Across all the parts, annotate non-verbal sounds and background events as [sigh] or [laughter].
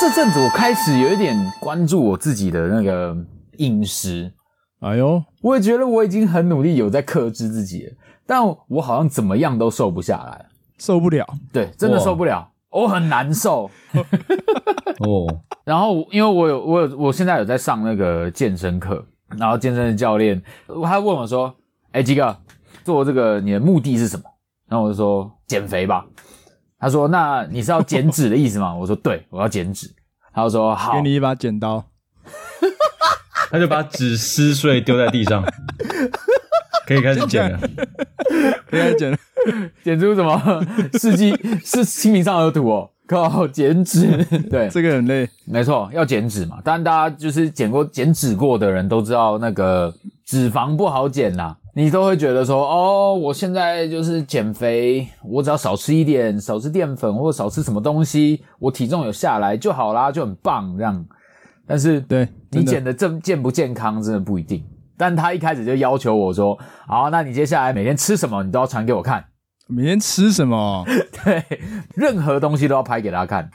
这阵子我开始有一点关注我自己的那个饮食，哎呦，我也觉得我已经很努力有在克制自己了，但我好像怎么样都瘦不下来，受不了，对，真的哇受不了，我很难受。哦，然后因为我有我有我现在有在上那个健身课，然后健身的教练他问我说：“哎，鸡哥，做这个你的目的是什么？”然后我就说：“减肥吧。”他说：“那你是要减脂的意思吗？”我说：“对，我要减脂。”他就说：“好给，你一把剪刀，他就把纸撕碎丢在地 [laughs] 上，可以开始剪了。不要 [laughs] 剪了，减出什 [laughs] 么世纪是清明上河图哦。”靠，减 [laughs] 脂，对，这个很累。没错，要减脂嘛。当然，大家就是减过、减脂过的人都知道，那个脂肪不好减呐、你都会觉得说，哦，我现在就是减肥，我只要少吃一点，少吃淀粉或者少吃什么东西，我体重有下来就好啦，就很棒这样。但是，对，你真的减的正健不健康真的不一定。但他一开始就要求我说，好，那你接下来每天吃什么，你都要传给我看。每天吃什么？对，任何东西都要拍给他 [laughs] 看。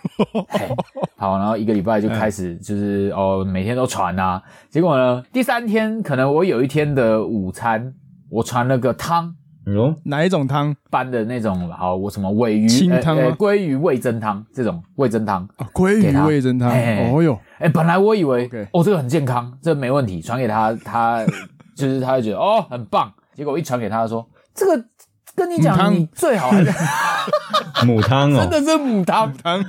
嘿好，然后一个礼拜就开嗯始就是、哦，每天都传啊。结果呢，第三天可能我有一天的午餐，我传了个汤哦，哪一种汤般的那种，好，我什么尾鱼清呃汤呃吗鲑鱼味增汤这种味增汤。啊？鲑给鱼他味增汤。哎哦哟，哎、本来我以为 OK 哦，这个很健康，这个没问题，传给他，他就是他就觉得哦很棒。结果我一传给他说，这个跟你母讲，汤你最好 [laughs] 还是母汤真哦，的是母汤。汤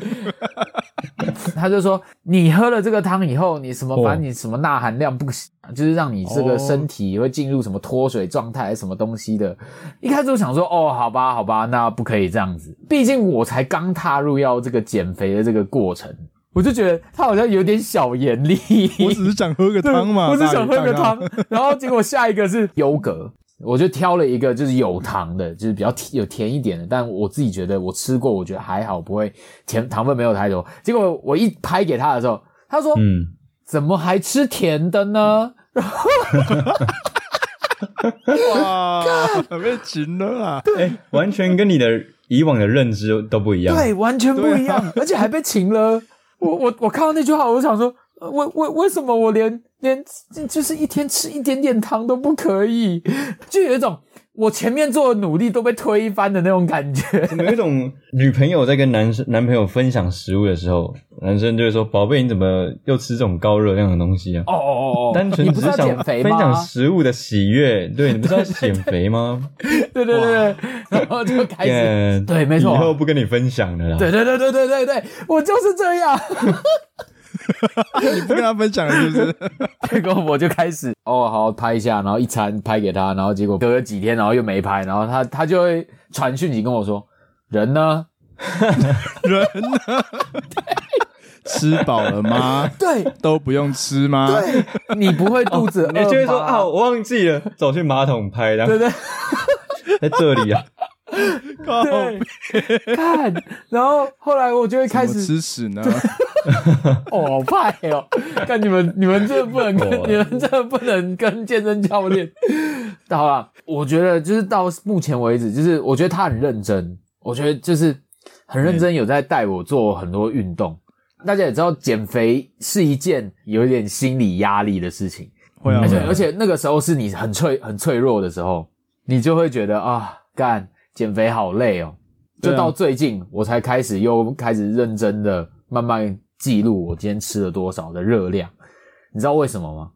他就说你喝了这个汤以后，你什么哦反正你什么钠含量不行，啊就是让你这个身体会进入什么脱水状态，还是什么东西的。一开始我想说，哦，好吧，好吧，那不可以这样子，毕竟我才刚踏入要这个减肥的这个过程，我就觉得他好像有点小严厉。我只是想喝个汤嘛，我只想喝大个鱼大 [laughs] 汤。然后结果下一个是优格，我就挑了一个就是有糖的，就是比较甜有甜一点的，但我自己觉得我吃过，我觉得还好，不会甜糖分没有太多。结果我一拍给他的时候，他说：“嗯，怎么还吃甜的呢哇，被擒了啊啦！哎，完全跟你的以往的认知都不一？”样。对，完全不一样，啊而且还被请 [laughs] 了。我我我看到那句话，我就想说，呃为为为什么我连连就是一天吃一点点糖都不可以？就有一种我前面做的努力都被推翻的那种感觉。有一种女朋友在跟男生男朋友分享食物的时候，男生就会说：“宝贝，你怎么又吃这种高热量的东西啊哦哦哦？”哦，单纯你不只是是要想减肥分吗？ [laughs] 享食物的喜悦，对你不是要减肥吗？对对对对，然后就开始， [laughs] 干哎对没错以后不跟你分享了啦。对对对对对对对，我就是这样。你不跟他分享了是不是？ [laughs] 结果我就开始哦，好拍一下，然后一餐拍给他，然后结果隔了几天，然后又没拍，然后他他就会传讯息跟我说，人呢？人呢？吃饱了吗？对都不用吃吗？你不会肚子饿你 [laughs] 吗？就会说啊，我忘记了，走去马桶拍，然后对对在这里啊，靠对， [laughs] 看，然后后来我就会开怎么始吃屎呢？哦派哦，看你们你们这不能跟、哦你们这不能跟健身教练。好啦，我觉得就是到目前为止，就是我觉得他很认真，我觉得就是很认真，有在带我做很多运动。大家也知道，减肥是一件有一点心理压力的事情，会啊而且会啊，而且那个时候是你很脆很脆弱的时候，你就会觉得啊，干减肥好累哦。对就啊到最近，我才开始又开始认真的慢慢记录我今天吃了多少的热量，你知道为什么吗？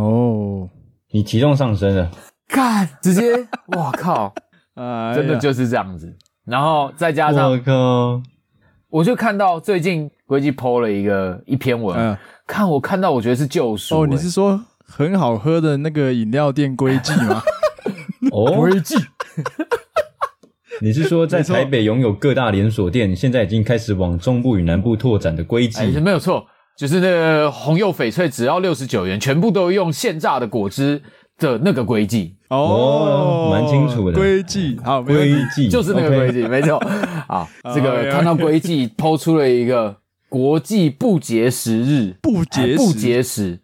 哦，你体重上升了，干，直 [laughs] 接，哇靠，哎呀真的就是这样子。然后再加上我，靠，我就看到最近规矩 PO 了一个一篇文，嗯看我看到我觉得是救赎、哦，欸你是说很好喝的那个饮料店龟记吗？ [laughs] 哦，记，你是说在没错台北拥有各大连锁店，现在已经开始往中部与南部拓展的规矩？哎，没有错，就是那个红柚翡翠只要六十九元，全部都用现榨的果汁的那个规矩，哦哦，蛮清楚的龟记，好，没问规题。矩就是那个 OK 规矩， [laughs] 没错。啊，这哎个呀看到规矩抛出了一个国际不节食日，不节哎食不节食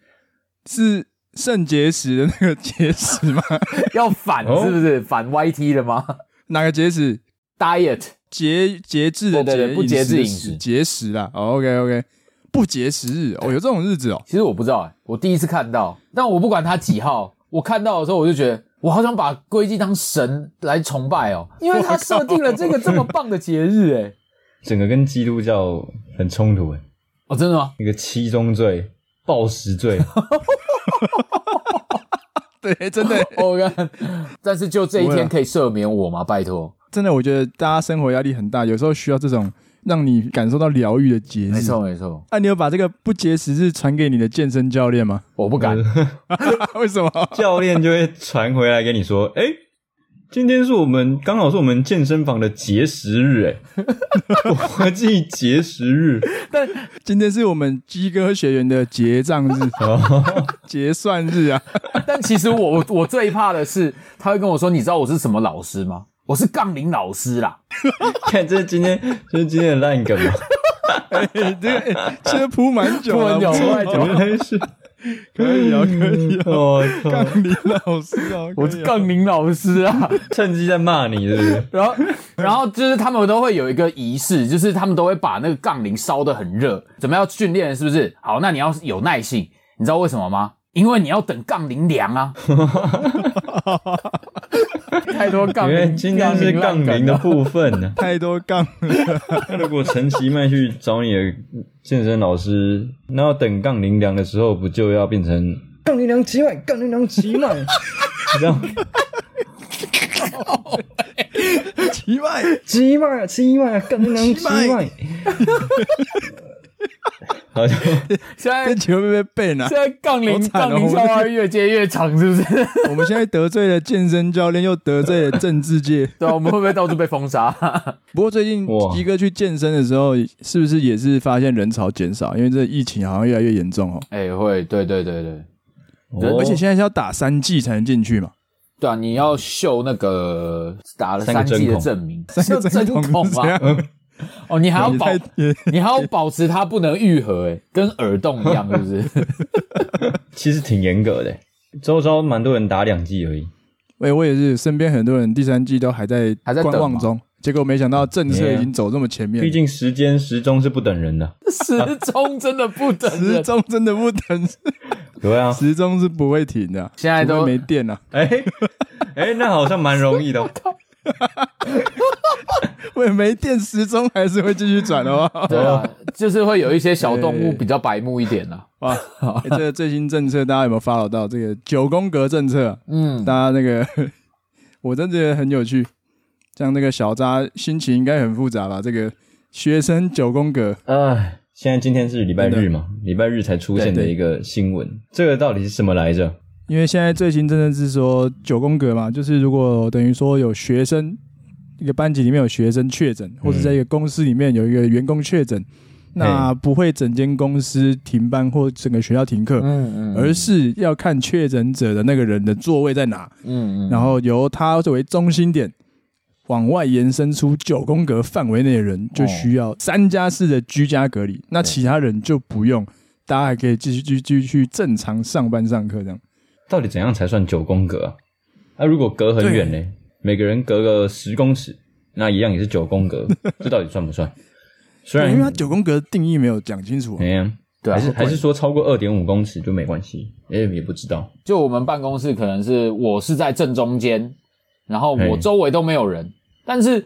是肾结石的那个结石吗？ [laughs] 要反哦是不是反 YT 的吗哪个结石？ ？Diet 节节制的对对对节，不节制饮饮食节食啦。OK OK，不节食日哦，有这种日子哦。 [laughs] 其实我不知道、欸，我第一次看到，但我不管它几号，我看到的时候我就觉得，我好想把龟记当神来崇拜哦，因为它设定了这个这么棒的节日、欸，诶整个跟基督教很冲突诶，哦，真的吗？那个七宗罪、暴食罪，对，[laughs] 真的我看，但是就这一不会天啊可以赦免我吗？啊拜托，真的，我觉得大家生活压力很大，有时候需要这种让你感受到疗愈的节日。没错没错，那、你有把这个不节食日传给你的健身教练吗？ [laughs] 我不嗯敢，为什么？教练就会传回来给你说，哎、今天是我们刚好是我们健身房的节食日，哎， [laughs] 国际节食日，今天是我们鸡哥学员的结 [laughs] 账日、哦 [laughs] 结算日啊！ [laughs] 但其实我我我最怕的是，他会跟我说，你知道我是什么老师吗？我是杠铃老师啦。哎看这是今天这是今天的烂梗嘛，你这个哎其实铺蛮久了，铺蛮久不错铺蛮久原来是，可以啊，可以啊。嗯我靠，杠铃老师啊，我可是以啊杠铃老师啊。 [laughs] 趁机在骂你是不 [laughs] 是？然后，然后就是他们都会有一个仪式，就是他们都会把那个杠铃烧得很热，准备要训练了，是不是？好，那你要有耐性，你知道为什么吗？因为你要等杠铃凉 [laughs] 啊。太多杠原来铃，今天是杠烂梗铃啊的了部分 [laughs] 呢、太多杠了，如果陈其迈去找你的健身老师，那要等杠铃量的时候，不就要变成杠铃量奇迈，杠铃量奇迈， [laughs] 这样奇怪，奇迈奇迈，啊杠铃量奇迈， [laughs] 好像现在这现球会不会被 [laughs] 啊？在杠铃好惨哦杠铃笑话越接越长，是不是？我们现在得罪了健身教练，又得罪了政治界。 [laughs] 对啊，我们会不会到处被封杀？不过最近哇鸡哥去健身的时候，是不是也是发现人潮减少？因为这疫情好像越来越严重哦。 [laughs] 哎、会，对对对对，哦哦而且现在是要打三剂才能进去嘛？ [laughs] 对啊，你要秀那个打了三个三季针的孔证明，三个针秀孔孔是这啊样， [laughs] 哦，你还要也保太， [laughs] 也你还要保持它不能愈合、哎，跟耳洞一样，是 [laughs] 不是？其实挺严格的，周遭蛮多人打两剂而已。哎、我也是，身边很多人第三季都还在还在等啊观望中，结果没想到政策已经走这么前面了，毕竟时间时钟是不等人的，时钟真的不等时人，钟真的不 [laughs] 等，对啊。时钟是不会停的啊、现在都除非没电了、啊哎哎、那好像蛮容易的哦。喂，没电，时钟还是会继续转的哦。对啊，就是会有一些小动物比较白目一点啊啦、哇，欸这个最新政策大家有没有 follow 到？这个九宫格政策，啊嗯，大家那个 [laughs] 我真的觉得很有趣。像那个小扎心情应该很复杂吧？这个学生九宫格，哎，现在今天是礼拜日嘛，礼拜日才出现的对对一个新闻，这个到底是什么来着？因为现在最新政策是说九宫格嘛，就是如果等于说有学生一个班级里面有学生确诊，或者在一个公司里面有一个员工确嗯诊，那不会整间公司停班或整个学校停课，嗯嗯而是要看确诊者的那个人的座位在哪，嗯嗯，然后由他作为中心点。往外延伸出九宫格范围内的人，就需要三加四的居家隔离，那其他人就不用，大家还可以继续继续继续去正常上班上课这样。到底怎样才算九宫格啊？那、如果隔很远呢？每个人隔个十公尺，那一样也是九宫格，这到底算不算？虽对，啊然因为它九宫格的定义没有讲清楚、啊哎。呀对啊还是还是说超过二点五公尺就没关系，哎、也不知道。就我们办公室可能是我是在正中间，然后我嘿周围都没有人，但是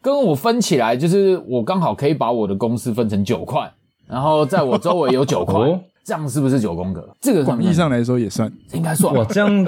跟我分起来，就是我刚好可以把我的公司分成九块，然后在我周围有九块，哦这样是不是九宫格？这个广义上来说也算，应该算哇，吧。这样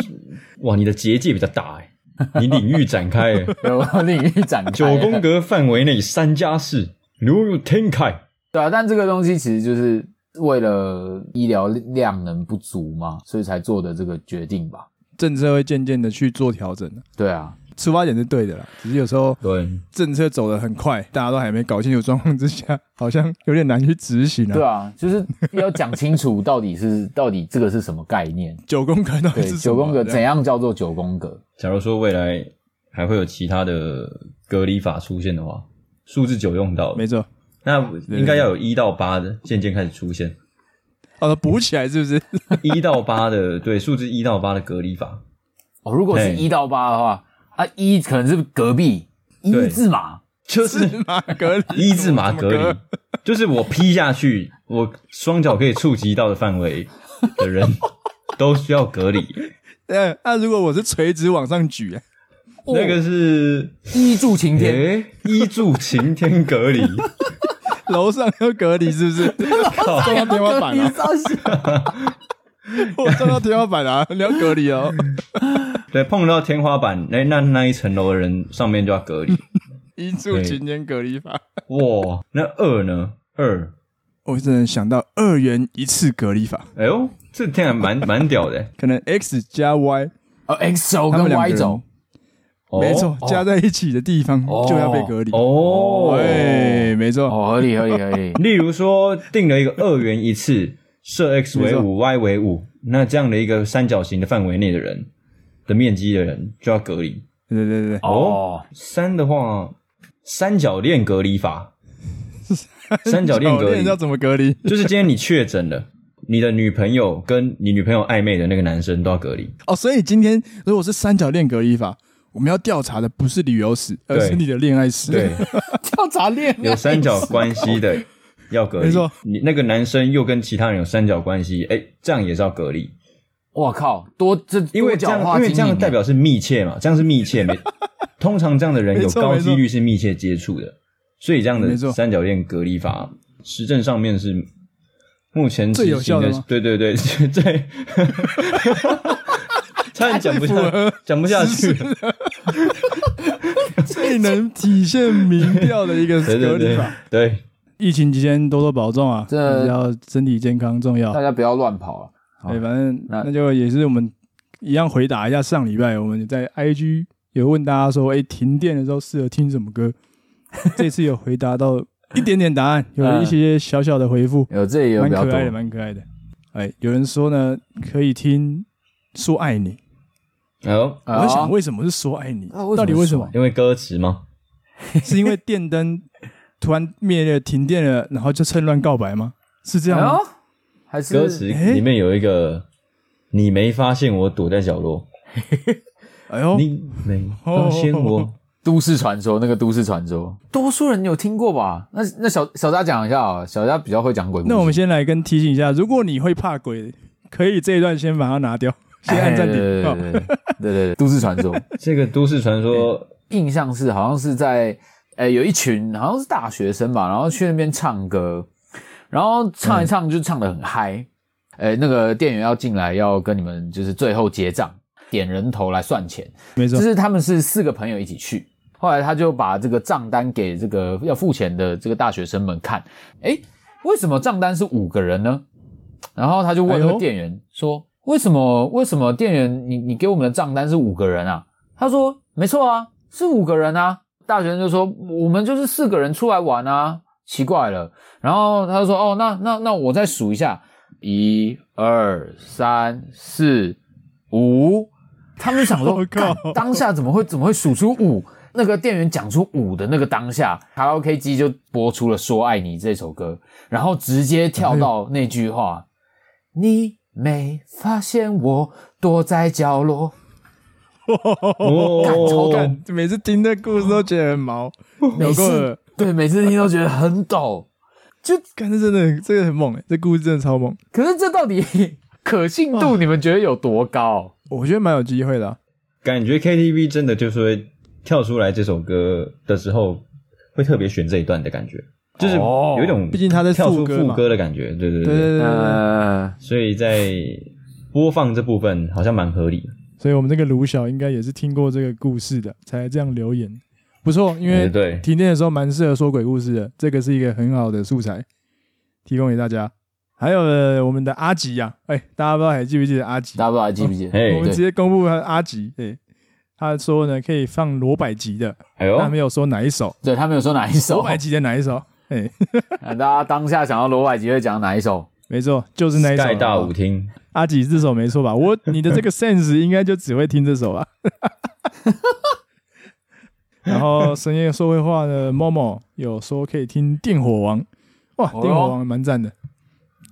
哇，你的结界比较大哎、你领域展开、哎有领域展开九宫格范围内三加四如有天开。对啊，但这个东西其实就是为了医疗量能不足嘛，所以才做的这个决定吧。政策会渐渐的去做调整的。对啊，出发点是对的啦，只是有时候对，政策走得很快，大家都还没搞清楚状况之下，好像有点难去执行啊。对啊，就是要讲清楚到底是到底这个是什么概念。九宫格到底对，是什九么啊宫格怎样？样叫做九宫格？假如说未来还会有其他的隔离法出现的话，数字九用到了啊没，错，那应该要有一到八的渐渐开始出现，哦，补起来是 [laughs] 不是？一到八的对数字一到八的隔离法，哦，如果是嘿一到八的话，啊，一可能是隔壁一对字马， [laughs] 就是马格里一字马隔离，就是我劈下去，我双脚可以触及到的范围的人都需要隔离。哎，那如果我是垂直往上举，那个是一柱擎哦天， [laughs] [laughs] 诶，依住晴天隔离，楼上要隔离是不 [laughs] 是？撞到天花板了、我撞到天花板了、你要隔离 [laughs] 哦。对，碰到天花板，哎，那那一层楼的人上面就要隔离。一柱擎天隔离法，哇，那二呢？二，我只能想到二元一次隔离法，哎呦，这听起来蛮蛮屌的。可能 x 加 y 呃，X 轴他跟们两个 Y 人轴，哦没错，加在一起的地方哦就要被隔离。哦，，哎，没错，哦，合理合理合理 [laughs] 例如说定了一个二元一次，设 x 为五，y 为五，那这样的一个三角形的范围内的人的面积的人就要隔离。对对对对，哦，三的话，三角恋隔离法，哦三角恋 [laughs] 教隔离练要怎么隔离？就是今天你确诊了，你的女朋友跟你女朋友暧昧的那个男生都要隔离。哦，所以今天如果是三角恋隔离法，我们要调查的不是旅游史，而对是你的恋爱史。对，调查恋有三角关系的要隔离。没错，你那个男生又跟其他人有三角关系，哎，这样也是要隔离，我靠，多这因为多这角样，化经因为营欸这啊样代表是密切嘛，这样是密 [laughs] 切，没通常这样的人有没错高没错几率是密切接触的，所以这样的没错三角恋隔离法实证上面是目前最有执行效的的吗，对对 [laughs] 对 [laughs] 对。差点讲不太符合下，讲不下去了。 [laughs] 最能体现民调的一个 [laughs] 对隔对离对法。对，疫情期间多多保重啊，这要身体健康重要。大家不要乱跑啊。好对，反正那那就也是我们一样回答一下上礼拜我们在 IG 有问大家说，哎、停电的时候适合听什么歌？这次有回答到一点点答案，有一些小小的回复，有这嗯也有蛮比较可多爱的，蛮可爱的。哎，有人说呢，可以听《说爱你》，然后啊我在想为什么是《说爱你》啊为什么到底为什是么？因为歌词嘛，是因为电灯突然灭了，停电了，然后就趁乱告白吗？是这样吗？哎呦还是歌词诶里面有一个“你没发现我躲在角落”，哎呦，你没发现我哦都市传说，那个都市传说，多数人有听过吧？那那小小佳讲一下啊，小佳比较会讲鬼故事。那我们先来跟提醒一下，如果你会怕鬼，可以这一段先把它拿掉，先按暂停。哎对对哦对对对对对，都市传说，这个都市传说，印象是好像是在呃有一群好像是大学生吧，然后去那边唱歌，然后唱一唱就唱得很嗨，呃，那个店员要进来要跟你们就是最后结账，点人头来算钱，没错就，是他们是四个朋友一起去，后来他就把这个账单给这个要付钱的这个大学生们看，诶，为什么账单是五个人呢？然后他就问那哎个呦店员说：“为什么？为什么店员你你给我们的账单是五个人啊？”他说：“没错啊，是五个人啊。”大学生就说：“我们就是四个人出来玩啊，奇怪了。”然后他就说：“哦，那那那我再数一下，一二三四五。”他们想 [laughs] 说我：“靠干当下怎么会怎么会数出五？”那个店员讲出五的那个当下，卡拉 OK 机就播出了《说爱你》这首歌，然后直接跳到那句话：“你没发现我躲在角 [laughs] 落哎干超哦，干每次听这故事都觉得很毛，每有次够了。？”对，每次听都觉得很抖。就看这真的，这个很猛哎、这故事真的超猛，可是这到底 [laughs] 可信度你们觉得有多高？我觉得蛮有机会的啊、感觉 KTV 真的就是会跳出来这首歌的时候，会特别选这一段的感觉，就是哦有一种毕竟它在跳出副歌嘛副歌的感觉，对对对对对对对呃，所以在播放这部分好像蛮合理的，所以我们这个卢晓应该也是听过这个故事的，才这样留言。不错，因为嗯对停电的时候蛮适合说鬼故事的，这个是一个很好的素材，提供给大家。还有呃我们的阿吉呀、哎、大家不知道还记不记得阿吉？大家不知道还记不记得？哎我们直对，接公布他阿吉，对，他说呢可以放罗百吉的，哎哦呦，但没有说哪一首，对他们有说哪一首罗？百吉的哪一首？哎， [laughs] 大家当下想到罗百吉会讲哪一首？没错，就是那一首。盖大舞厅，阿吉这首没错吧？ [laughs] 我你的这个 sense 应该就只会听这首吧。 [laughs] 然后深夜说会话的 Momo 有说可以听《电火王》，哇，哦《电火王》蛮赞的。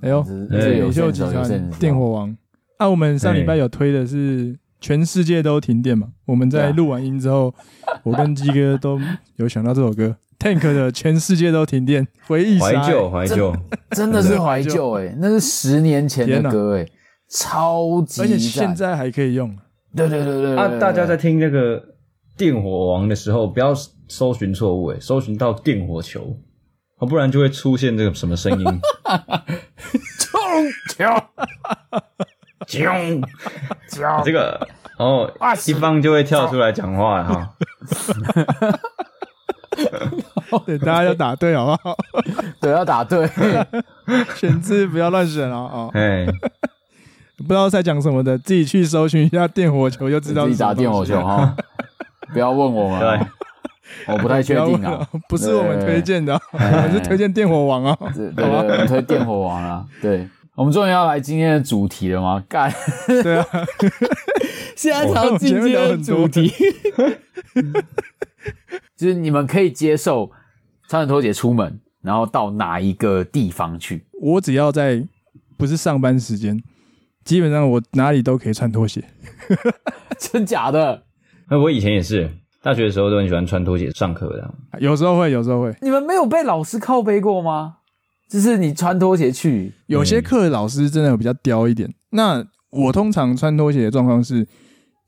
哎呦，这这有领线袖集索，有团线《索。电火王》啊，我们上礼拜有推的是全世界都停电嘛？我们对在啊 [laughs] 录完音之后，我跟鸡哥都有想到这首歌， Tank 的全世界都停电，回忆怀杀、旧怀旧，真的是怀旧哎，那是十年前天的哪歌哎、超级而赞且现在还可以用。对对对对对啊对，大家在听那个电火王的时候，不要搜寻错误，哎，搜寻到电火球，啊，不然就会出现这个什么声 [laughs] 音，跳啾，跳这个，然后啊是哦一方就会跳出来讲话了啊哈。对，大家要打对好不 [laughs] 好？对要打对，选字不要乱选啊、哦！哦，哎，不知道在讲什么的，自己去搜寻一下电火球就知道自是己什么打东西电火球了。[laughs] 哈，不要问我们哦，我不太确不要定问啊哎了，不是我们推荐的哦，我们是推荐电火王哦。对对对，我们推电火王啊，对。我们终于要来今天的主题了吗？干，对 [laughs] 啊，现在才要进我们今天前面聊的很多主题， [laughs] 就是你们可以接受穿着拖鞋出门，然后到哪一个地方去？ [laughs] 我只要在不是上班时间，基本上我哪里都可以穿拖鞋。真假的？那我以前也是，大学的时候都很喜欢穿拖鞋上课的。有时候会，有时候会，你们没有被老师靠背过吗？就是你穿拖鞋去，有些课老师真的比较刁一点。那我通常穿拖鞋的状况是，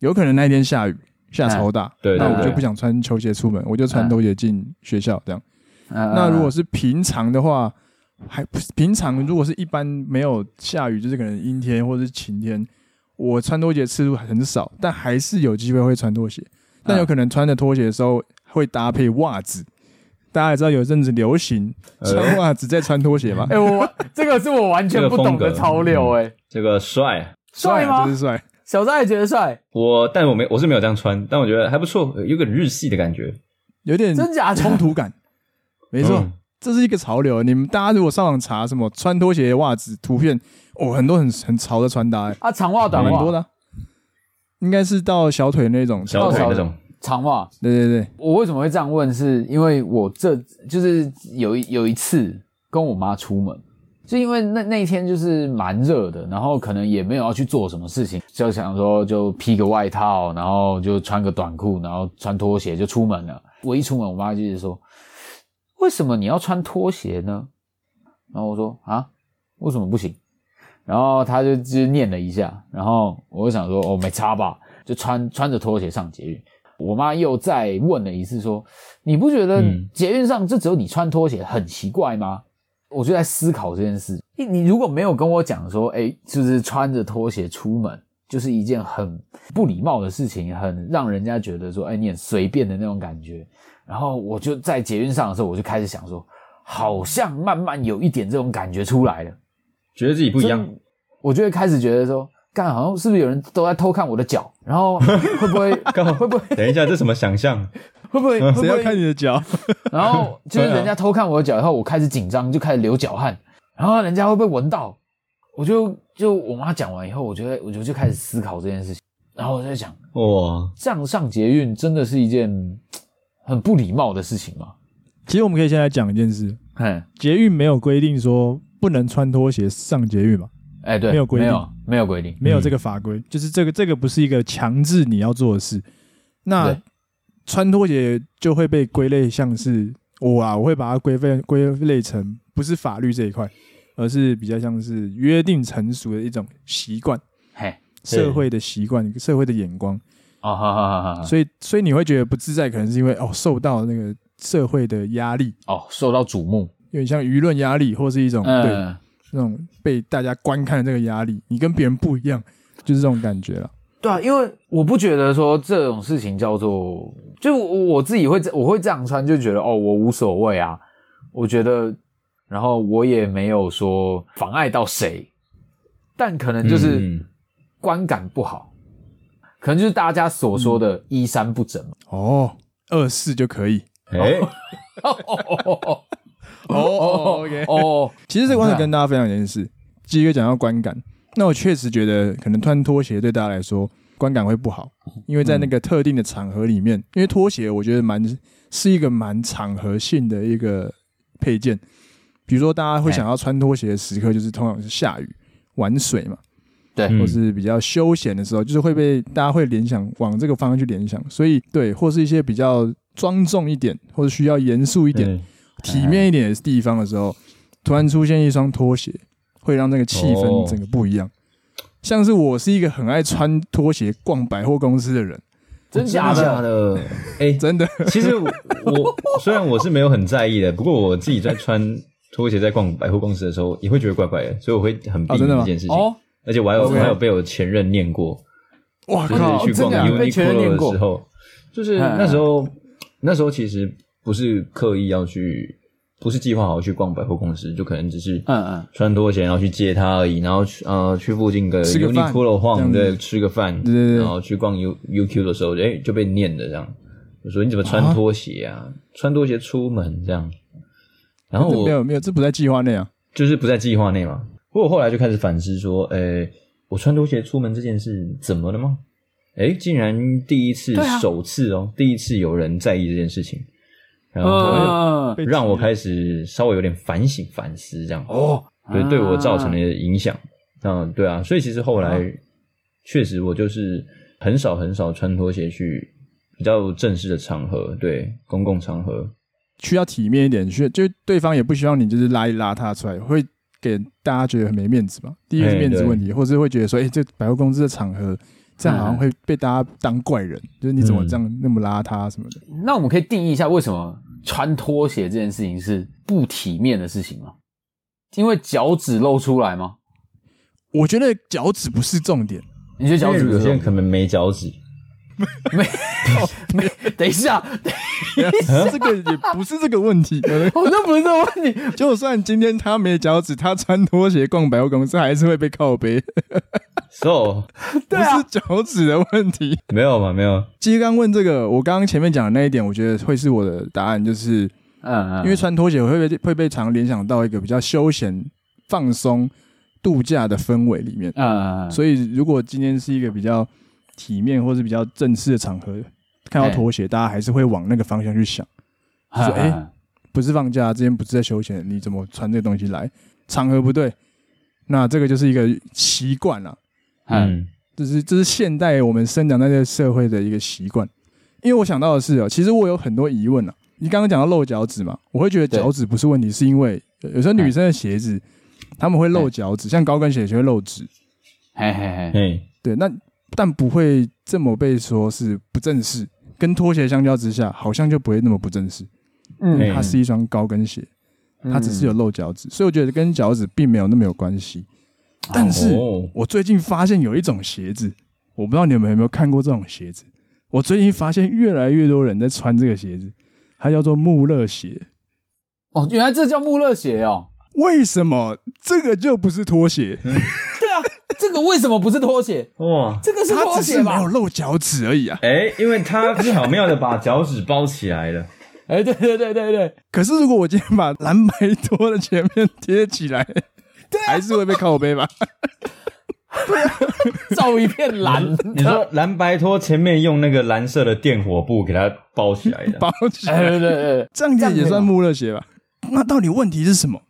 有可能那一天下雨，下超大，哎对那对我就对哎不，想穿球鞋出门，我就穿拖鞋进学校这样。那那嗯如果是平常的话，还不是平常如果是一般没有下雨，就是可能阴天或者是晴天，我穿拖鞋次数还很少，但还是有机会会穿拖鞋。嗯但有可能穿着拖鞋的时候会搭配袜子。大家也知道有一阵子流行呃穿袜子再穿拖鞋嘛，哎、我这个是我完全不懂的潮流、哎，这个帅， [laughs] 帅啊，吗就是？嗯帅。小张也觉得帅，我但我没我是没有这样穿，但我觉得还不错，有个日系的感觉。有点真假的冲突 [laughs] 感。没错，嗯这是一个潮流。你们大家如果上网查什么穿拖鞋、袜子图片，哦，很多很很潮的穿搭、欸，啊，长袜短蛮袜，多的啊、应该是到小腿那种。小腿那种，长袜。对对对，我为什么会这样问是因为我这就是有一有一次跟我妈出门，就因为那那一天就是蛮热的，然后可能也没有要去做什么事情，就想说就披个外套，然后就穿个短裤，然后穿拖鞋就出门了。我一出门，我妈就一直说：“为什么你要穿拖鞋呢？”然后我说：“啊，为什么不行？”然后她就就念了一下，然后我就想说：“哦，没差吧？”就穿穿着拖鞋上捷运。我妈又再问了一次，说：“你不觉得嗯捷运上就只有你穿拖鞋很奇怪吗？”我就在思考这件事。你你如果没有跟我讲说，哎、就是穿着拖鞋出门，就是一件很不礼貌的事情，很让人家觉得说，哎、你很随便的那种感觉。然后我就在捷运上的时候，我就开始想说，好像慢慢有一点这种感觉出来了。觉得自己不一样。我就会开始觉得说，干，好像是不是有人都在偷看我的脚？然后会不会 [laughs] 会不会 [laughs] 等一下，这什么想象？会不会会不谁要看会？你的脚？然后就是人家偷看我的脚以后，我开始紧张，就开始流脚汗，然后人家会不会闻到？我就就我妈讲完以后，我觉得我就就开始思考这件事情，然后我就在想，哇，这样上捷运真的是一件嘖很不礼貌的事情吗？ [laughs] 其实我们可以先来讲一件事，嘿，捷运没有规定说不能穿拖鞋上捷运嘛，哎，对，没有规定没有没有规定，没有这个法规，就是这个这个不是一个强制你要做的事。那对穿拖鞋就会被归类像是我啊，我会把它归类归类成不是法律这一块，而是比较像是约定成熟的一种习惯，嘿，社会的习惯，社会的眼光。哦，好好好好好，所以所以你会觉得不自在，可能是因为哦受到那个社会的压力，哦，受到瞩目，有点像舆论压力，或是一种、对嗯，那种被大家观看的这个压力，你跟别人不一样，就是这种感觉了。对啊，因为我不觉得说这种事情叫做，就我我自己会这我会这样穿，就觉得哦，我无所谓啊，我觉得，然后我也没有说妨碍到谁，但可能就是嗯观感不好，可能就是大家所说的嗯衣衫不 [laughs] 整嘛。哦，二四就可以。哎，哦哦，OK。哦，其实这个观点跟大家分享一件事，基于讲到观感，那我确实觉得可能穿拖鞋对大家来说观感会不好，因为在那个特定的场合里面，因为拖鞋我觉得蛮是一个蛮场合性的一个配件，比如说大家会想要穿拖鞋的时刻，就是通常是下雨、玩水嘛。对嗯或是比较休闲的时候，就是会被大家会联想往这个方向去联想，所以对，或是一些比较庄重一点，或者需要严肃一点、嗯体面一点的地方的时候，突然出现一双拖鞋，会让那个气哦氛整个不一样。像是我是一个很爱穿拖鞋逛百货公司的人，真假真的？的？嗯哎，真的， [laughs] 其实我我虽然我是没有很在意的，不过我自己在穿拖鞋在逛百货公司的时候，也会觉得怪怪的，所以我会很避哦真的免吗这件事情。哦，而且我还有 OK 我还有被我前任念过，哇就靠！是去真逛的啊被前任 Uniqlo 念的过时候，就是哎那时候那时候其实不是刻意要去，不是计划好去逛百货公司，就可能只是嗯嗯，穿拖鞋然后去接他而已，然后去呃去附近的吃个饭 Uniqlo 这晃，样子对，吃个饭，对对对然后去逛 U UQ 的时候，哎就被念的这样，我说你怎么穿啊拖鞋啊？穿拖鞋出门这样，然后这我没有没有，这不在计划内啊。就是不在计划内嘛。不过我后来就开始反思说，诶、我穿拖鞋出门这件事怎么了吗？诶、竟然第一次、对啊首次哦，第一次有人在意这件事情，然后嗯被让我开始稍微有点反省反思，这样哦，对对我造成的啊影响。嗯，对啊，所以其实后来确实我就是很少很少穿拖鞋去比较正式的场合，对公共场合，需要体面一点，需要就对方也不希望你就是邋里邋遢出来，会给大家觉得很没面子嘛。第一个是哎面子对问题，或是会觉得说，哎、这百货公司的场合，这样好像会被大家当怪人，就是你嗯怎么这样那么邋遢什么的。那我们可以定义一下，为什么穿拖鞋这件事情是不体面的事情吗？因为脚趾露出来吗？我觉得脚趾不是重点，你觉得脚趾因为不有是些人可能没脚趾，没没？等一下，等 [laughs] 这个也不是这个问题。啊我那不是这个问题。就算今天他没脚趾，他穿拖鞋逛百货公司还是会被靠背， so 对啊不是脚趾的问题。没有嘛没有，其实刚问这个，我刚刚前面讲的那一点，我觉得会是我的答案，就是嗯嗯，因为穿拖鞋会被会被常联想到一个比较休闲、放松、度假的氛围里面。嗯嗯，所以，如果今天是一个比较体面或是比较正式的场合，看到拖鞋，大家还是会往那个方向去想。以说哎不是放假，今天不是在休闲，你怎么穿这个东西来？场合不对，那这个就是一个习惯了。嗯嗯这是这是现代我们生长在这个社会的一个习惯。因为我想到的是哦，其实我有很多疑问啊。你刚刚讲到露脚趾嘛，我会觉得对脚趾不是问题，是因为呃有时候女生的鞋子她们会露脚趾，像高跟鞋就会露趾，嘿哎嘿嘿，嘿。对，那但不会这么被说是不正式。跟拖鞋相较之下，好像就不会那么不正式，因为嗯它是一双高跟鞋，它只是有露脚趾，所以我觉得跟脚趾并没有那么有关系。但是哦我最近发现有一种鞋子，我不知道你们有没有看过这种鞋子。我最近发现越来越多人在穿这个鞋子，它叫做穆勒鞋。哦，原来这叫穆勒鞋哦。为什么这个就不是 [laughs] 拖鞋？对啊，这个为什么不是拖鞋？哇，这个是它拖只鞋是没吧有？露脚趾而已啊。哎，因为他巧妙的把脚趾包起来了，哎，对对对对对，可是如果我今天把蓝白拖的前面贴起来，啊还是会被靠 [laughs] 背吧？照一片蓝。你说蓝白拖前面用那个蓝色的电火布给它包起来的，包起哎，来，对对对，这样这样可子以也算吗穆勒鞋吧？那到底问题是什么？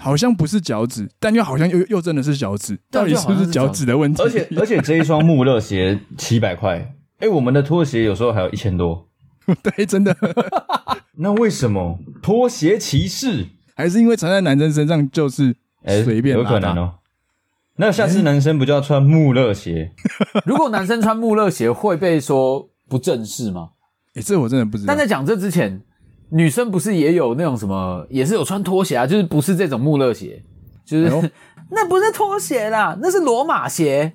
好像不是脚趾，但又好像又又真的是脚趾，对啊到底就好是不像是是脚脚趾的问题？ [laughs] 而且而且这一双穆勒鞋七百块，哎，我们的拖鞋有时候还有一千多， [laughs] 对，真的。那为什么拖鞋歧视？还是因为缠在男生身上就是哎，随便、有可能。哦。那下次男生不就要穿穆勒鞋？哎如果男生穿穆勒鞋会被说不正式吗？哎、这我真的不知道。但在讲这之前，女生不是也有那种什么，也是有穿拖鞋啊，就是不是这种穆勒鞋，就是、哎呦 [laughs] 那不是拖鞋啦，那是罗马鞋。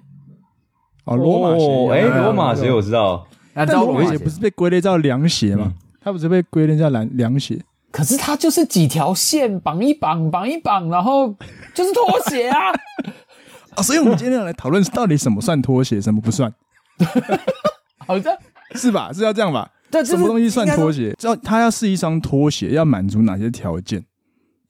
哦，罗马哦鞋，哎，哎、罗马鞋我知道，啊，但罗马鞋不不是是，被归类到凉鞋吗？嗯它不是被归类叫凉凉鞋？可是它就是几条线绑一绑，绑一绑，然后就是拖鞋 [laughs] 啊。啊，所以我们今天要来讨论到底什么算拖鞋，什么不算，好像是吧？是要这样吧？对，哦就是什么东西算拖鞋？鞋？要它要是一双拖鞋，要满足哪些条件？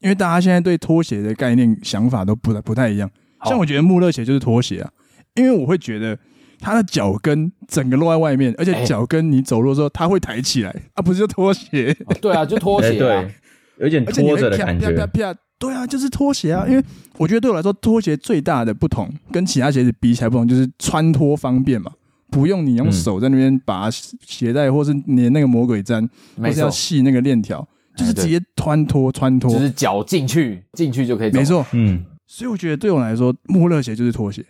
因为大家现在对拖鞋的概念、想法都不太不太一样。像我觉得穆勒鞋就是拖鞋啊，因为我会觉得它的脚跟整个露在外面，而且哎脚跟你走路的时候它会抬起来，啊，不是就拖鞋，对啊，就拖哎鞋啊对。，有点而且你拖会着的啪感啪啪觉，啪对啊，就是拖鞋啊，因为我觉得对我来说，拖鞋最大的不同跟其他鞋子比起来不同，就是穿脱方便嘛，不用你用嗯手在那边把鞋带或是粘那个魔鬼粘，或没是要错，哎系那个链条，就是对直接穿脱穿脱就，是脚进去，进去就可以走。没，错。嗯，所以我觉得对我来说，穆勒鞋就是拖鞋。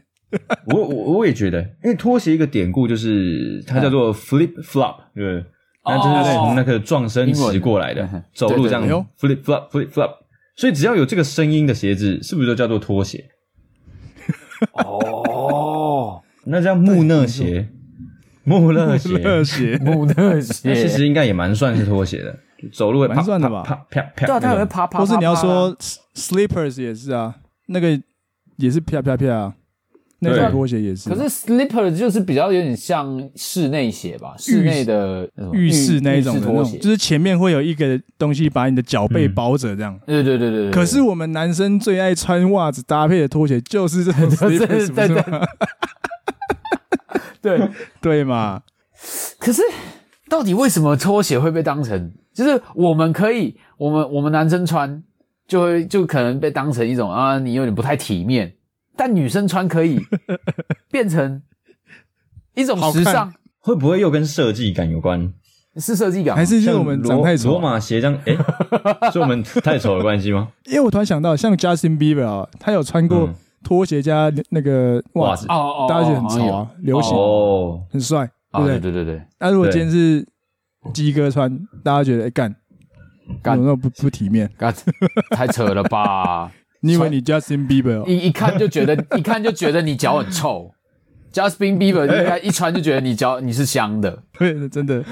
我我我也觉得，因为拖鞋一个典故就是它叫啊做 flip flop，对不对？哦那真的是从那个撞声英文词过来嗯哼的，走路这样对哎对 flip flop flip flop，所以只要有这个声音的鞋子，是不是都叫做拖鞋？哦，那叫穆勒鞋，穆勒鞋，[laughs] 勒鞋，木讷鞋， [laughs] 那其实应该也蛮算是拖鞋的，走路会啪蛮算的吧啪啪对啪啪啊，它也那会种。啪啪。或是你要啪啪啊说 s- slippers 也是啊，那个也是啪啪啪啊，那对种拖鞋也是。啊可是 slipper 就是比较有点像室内鞋吧，室内的那种浴室那一种浴的室那拖种，鞋，就是前面会有一个东西把你的脚背包着这样。对对对对对。可是我们男生最爱穿袜子搭配的拖鞋就是这种 slippers，不对对是吗？对， [laughs] 对嘛？可是到底为什么拖鞋会被当成？就是我们可以，我们我们男生穿就会就可能被当成一种啊，你有点不太体面，但女生穿可 [laughs] 以变成一种时好尚，会不会又跟设计感有关？是设计感吗还。是因为像我们罗长太丑罗啊？马鞋这样， [laughs] 哎，是我们太丑的关系吗？因为我突然想到，像 Justin Bieber 啊，他有穿过嗯拖鞋加那个袜袜子子，哦哦，哦大家觉得很好像潮有啊，流啊行，哦，很帅，对啊，不对对？对对对，那如果对今天是鸡哥穿，大家觉得哎干，干有那种不不体面？干太扯了吧！你以为你 Justin Bieber？哦 [laughs] 一一看就觉得，一看就觉得你脚很臭。Justin Bieber 应该一穿就觉得你脚你是香的，对，真的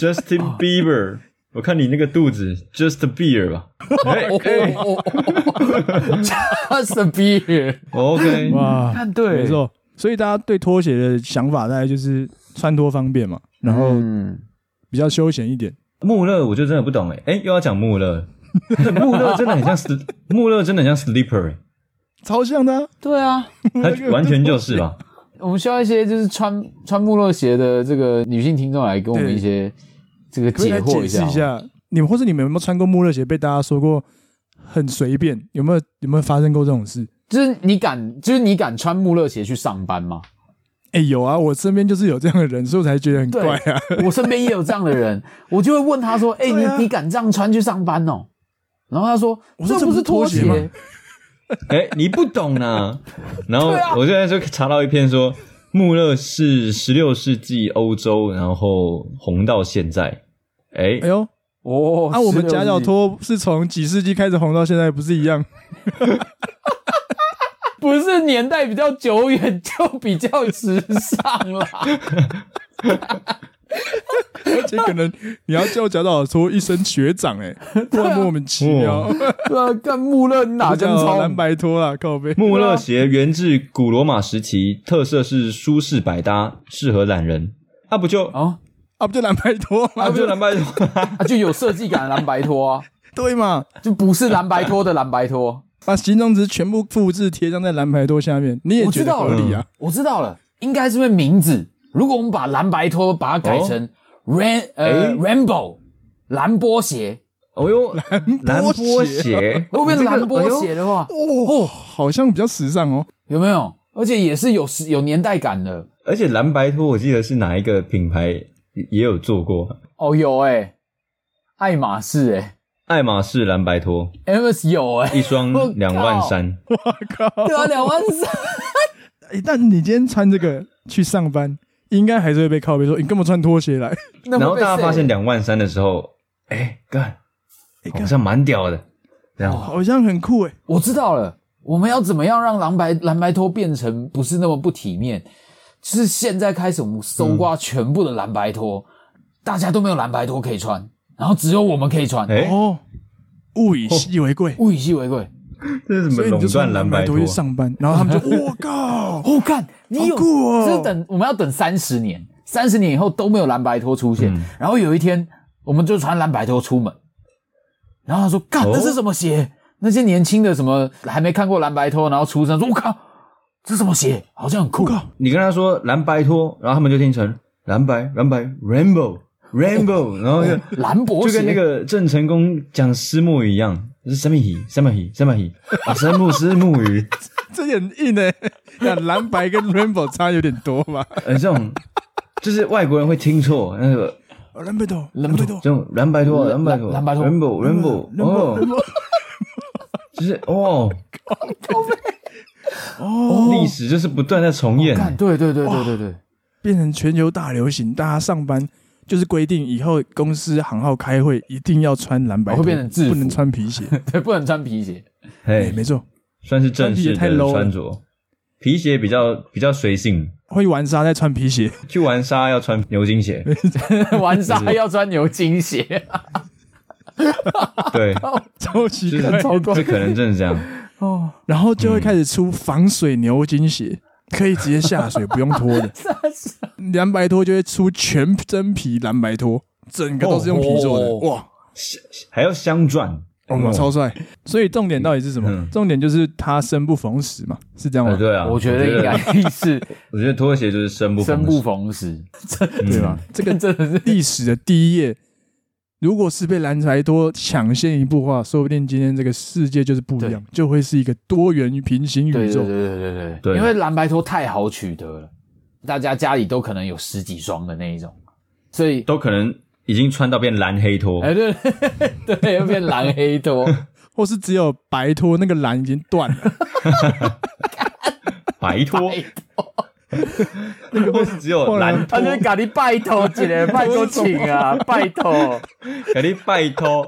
Justin Bieber，我看你那个肚子，Just Beer 吧。哎哦哦哦哦哎 [laughs] Justin [laughs] Bieber， OK，哇，看对，没错。所以大家对拖鞋的想法大概就是穿脱方便嘛，然后嗯，比较休闲一点。穆勒我就真的不懂哎，哎，又要讲穆勒， [laughs] 对穆勒真的很像 sl- 穆勒真的很像 Slipper，欸超像的啊、对啊，他完全就是吧。我们需要一些就是穿穿穆勒鞋的这个女性听众来跟我们对一些这个可以解来惑解下释好一吗。下，你们或是你们有没有穿过穆勒鞋？被大家说过很随便，有没有有没有发生过这种事？就是你敢，就是你敢穿穆勒鞋去上班吗？哎、有啊，我身边就是有这样的人，所以我才觉得很对怪啊。我身边也有这样的人，我就会问他说：“哎、对啊你你敢这样穿去上班哦？”然后他说：“我说这不是拖这不是拖鞋吗哎，你不懂呢。然后对啊我现在就查到一篇说，穆勒是十六世纪欧洲，然后红到现在。哎哎，呦，哦， [laughs] 啊，我们16夹脚日拖是从几世纪开始红到现在，不是一 [laughs] 样？不是年代比较久远，就比较时尚啦。而且可能你要叫夹脚拖一声学长、 [laughs] 哎，突然莫名其 [laughs] 妙， [laughs] 对啊，干穆勒哪我根叫葱？蓝白拖啦，靠背。穆勒鞋源自古罗马时期，特色是舒适百搭，适合懒人。啊，不就啊啊，不就蓝白拖啊，吗？不就蓝白 [laughs] 拖？啊，就有设计感的蓝白拖啊， [laughs] 对嘛，就不是蓝白拖的蓝白拖。把形容词全部复制贴上在蓝白拖下面，你也我觉知得道合了，理啊？我知道了，应该是因为名字。如果我们把蓝白拖把它改成 Ran 呃诶 Rainbow 蓝波鞋，哦呦， [laughs] 蓝波波鞋鞋，如果变成这个蓝波鞋，的话，哦，好像比较时尚哦。有没有？而且也是有时有年代感的。哎呦而且蓝白拖我记得是哪一个品牌也也有做过，哦，有哎、爱马仕哎、爱马仕蓝白拖，欸、，MS 有哎、一我靠哦双两万三，对啊，两万三。哎，但你今天穿这个去上班，应该还是会被靠背说你干嘛穿拖鞋来？然然后大家发现两万三的时候，哎，干，哎好像蛮屌的，然后好像很酷哎、我知道了，我们要怎么样让蓝白蓝白拖变成不是那么不体面？就是现在开始，我们嗯搜刮全部的蓝白拖，大家都没有蓝白拖可以穿，然后只有我们可以穿，哎，哦，物以稀为贵。物以稀为贵。这是什么所以你垄就穿断蓝蓝白拖拖去？上班，然后他们就我靠， [laughs] 哦，看你有，好酷哦这是等我们要等三十年，三十年以后都没有蓝白拖出现，嗯然后有一天我们就穿蓝白拖出门，然后他说：“干，哦那是什么鞋？”那些年轻的什么还没看过蓝白拖，然后出生说：“我靠，这什么鞋？好像很酷。”你跟他说蓝白拖，然后他们就听成蓝白蓝白 Rainbow， [laughs] Rainbow，然哦后就兰博就跟鞋那个郑成功讲石木鱼一样，是什么鱼？什么鱼？什么鱼？啊，神木是木鱼，这也很硬诶、那蓝白跟 rainbow 差有点多吧？呃，这种就是外国人会听错，那个蓝白头，蓝白头，这种蓝白托，蓝蓝白托，蓝白托，Rainbow Rainbow，哦，就是哦，哦，历史就是不断在重演，看，对对对对对对，变成全球大流行，大家上班就是规定以后公司行号开会一定要穿蓝白拖，哦会变成制服不能穿皮 [laughs] 鞋。对不能穿皮鞋， [laughs] 哎、嘿，没错，算是穿正式皮鞋太的 low 了穿着，皮鞋比较比较随性，会玩沙再穿皮鞋， [laughs] 去玩沙要穿牛津鞋，玩沙要穿牛津鞋，对，超奇就是怪超嗯怪这可能真的这样，哦。然后就会开始出防水牛津鞋，可以直接下水不用脱 [laughs] 的。蓝白拖就会出全真皮蓝白拖，整个都是用皮做的，哦哇！还要镶钻，哦，超帅！所以重点到底是什么？嗯重点就是他生不逢时嘛，是这样吗？呃对啊，我觉得应该是 [laughs] 我觉得拖鞋就是生不嗯逢生时不逢时，对吧？这个嗯 [laughs] 这真的是 [laughs] 历史的第一页，如果是被蓝白多抢先一步的话，说不定今天这个世界就是不一样，就会是一个多元平行宇宙。对对对对对对啊对因为蓝白拖太好取得了，大家家里都可能有十几双的那一种，所以都可能已经穿到变蓝黑拖，哎对对，又变蓝黑拖，或是只有白拖那个蓝已经断 [laughs] 了，白拖，或是只有蓝 [laughs] 他拖，就是咖喱拜托姐，拜托请 [laughs] 啊，拜托，给你拜托，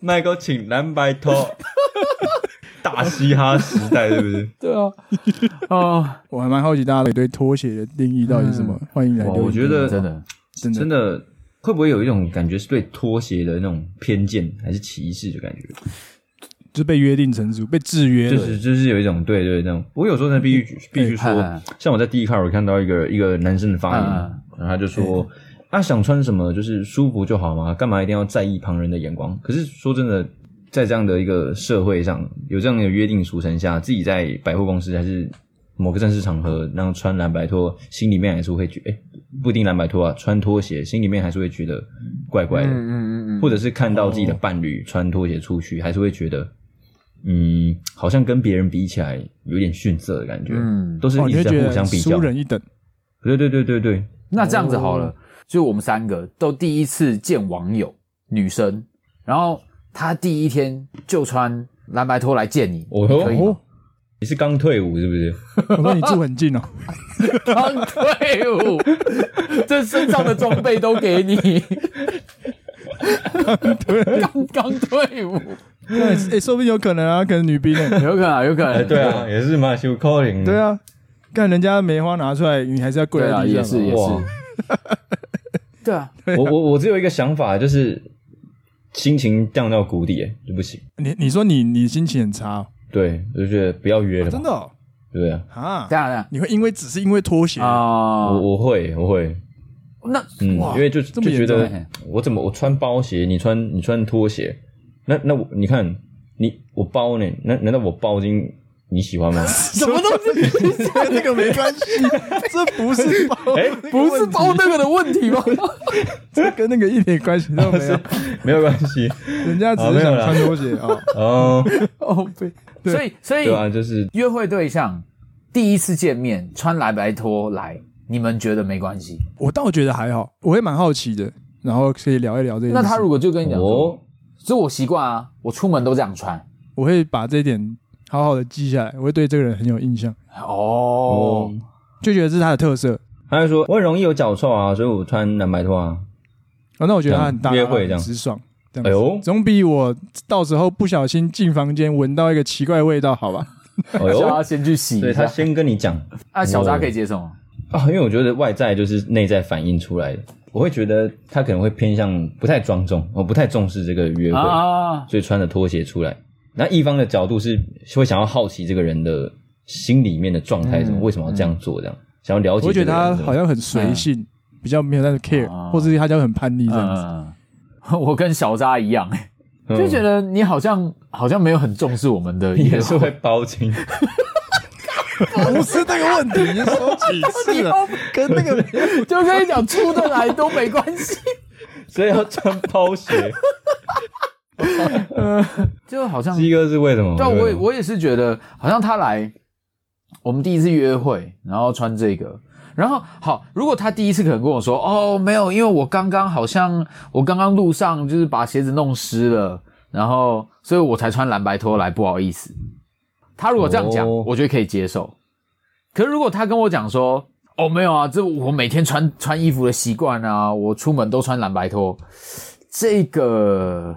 麦哥请蓝白拖，大嘻哈时代是不是？对啊，哦，我还蛮好奇大家对拖鞋的定义到底是什么。欢迎来留哇言，我觉得嗯真的真的真的会不会有一种感觉是对拖鞋的那种偏见还是歧视的感觉？就是被约定成熟，被制约了。就是就是有一种对对那种，我有时候呢必须必须嗯说嗯，像我在第一看我看到一个一个男生的发言嗯，然后他就说。啊，想穿什么就是舒服就好嘛，干嘛一定要在意旁人的眼光？可是说真的，在这样的一个社会上，有这样的约定俗成下，自己在百货公司还是某个正式场合，然后穿蓝白拖，心里面还是会觉得，哎、不一定蓝白拖啊，穿拖鞋，心里面还是会觉得怪怪的。嗯嗯嗯嗯，或者是看到自己的伴侣穿拖鞋出哦去，还是会觉得，嗯，好像跟别人比起来有点逊色的感觉，嗯都是哦，你一直会在觉互得相比较输。人一等，对对对对对，那这样子好了，哦就我们三个都第一次见网友女生，然后她第一天就穿蓝白拖来见 [laughs] 你，哦可以吗？你是刚退伍是不是？我说你住很近 [laughs] 哦，当队伍， [laughs] 这身上的装备都给你。刚刚退伍，哎、诶说不定有可能啊，可能女兵呢、有可能，有可能，哎，对啊，也是马修 calling。对，啊，看人家梅花拿出来，你还是要跪对在啊，地上、哦也是也是哇，对啊， [laughs] 我我我只有一个想法，就是心情降到谷底，哎就不行。你你说你你心情很差、哦，对，我就觉得不要约了吧，真的、哦、对啊，啊这？样这样你会因为只是因为拖鞋， [laughs] 啊我，我会我会，那嗯，哇因为就这就么觉严重啊得欸我怎么我穿包鞋，你穿你穿拖鞋，那那我你看你我包呢，那难道我包巾你 [laughs] 喜欢吗？什么东西跟这个没关 [laughs] 系，这不是包，哎不是包那个的问题吗？ [laughs] 这跟那个一点关系都没有，没有关 [laughs] 系人家只是想穿拖鞋啊。哦，哦，对，所以所以对啊，就是约会对象第一次见面穿蓝白拖来，你们觉得没关系？我倒觉得还好，我也蛮好奇的，然后可以聊一聊这件事。那他如果就跟你讲说，嗯哦，所以我习惯啊，我出门都这样穿。我会把这一点好好的记下来，我会对这个人很有印象，哦，就觉得这是他的特色。他就说我很容易有脚臭啊，所以我穿蓝白 [laughs] 拖啊。啊，那我觉得他很大这样约会很这样直爽，这样哎子呦总比我到时候不小心进房间闻到一个奇怪味道好吧？哎叫他呦，先去洗对一他下。先跟你讲啊，小扎可以接受吗？啊，因为我觉得外在就是内在反映出来的，我会觉得他可能会偏向不太庄重，哦我不太重视这个约会。啊，所以穿着拖鞋出来。那一方的角度是会想要好奇这个人的心里面的状态，什么、嗯为什么要这样做，这样、想要了解我这觉得个人他是什么。好像很随性，比较没有那个 care，、嗯啊或者是他就很叛逆这样子。嗯， [laughs] 我跟小扎一样，嗯就 [laughs] [laughs] 觉得你好像好像没有很重视我们的你约也是会。会包金，嗯 [laughs] 不是这个问题，你说几次了？跟那个 [laughs] 就跟你讲出得来都没关系， [laughs] [laughs] 所以要穿包鞋。就好像鸡哥是为什么？对啊，我也为我也是觉得，好像他来，我们第一次约会，然后穿这个，然后好，如果他第一次可能跟我说，哦，没有，因为我刚刚好像我刚刚路上就是把鞋子弄湿了，然后所以我才穿蓝白拖来，不好意思。他如果这样讲，哦我觉得可以接受。可是如果他跟我讲说，哦，没有啊，这我每天穿穿衣服的习惯啊，我出门都穿蓝白拖，这个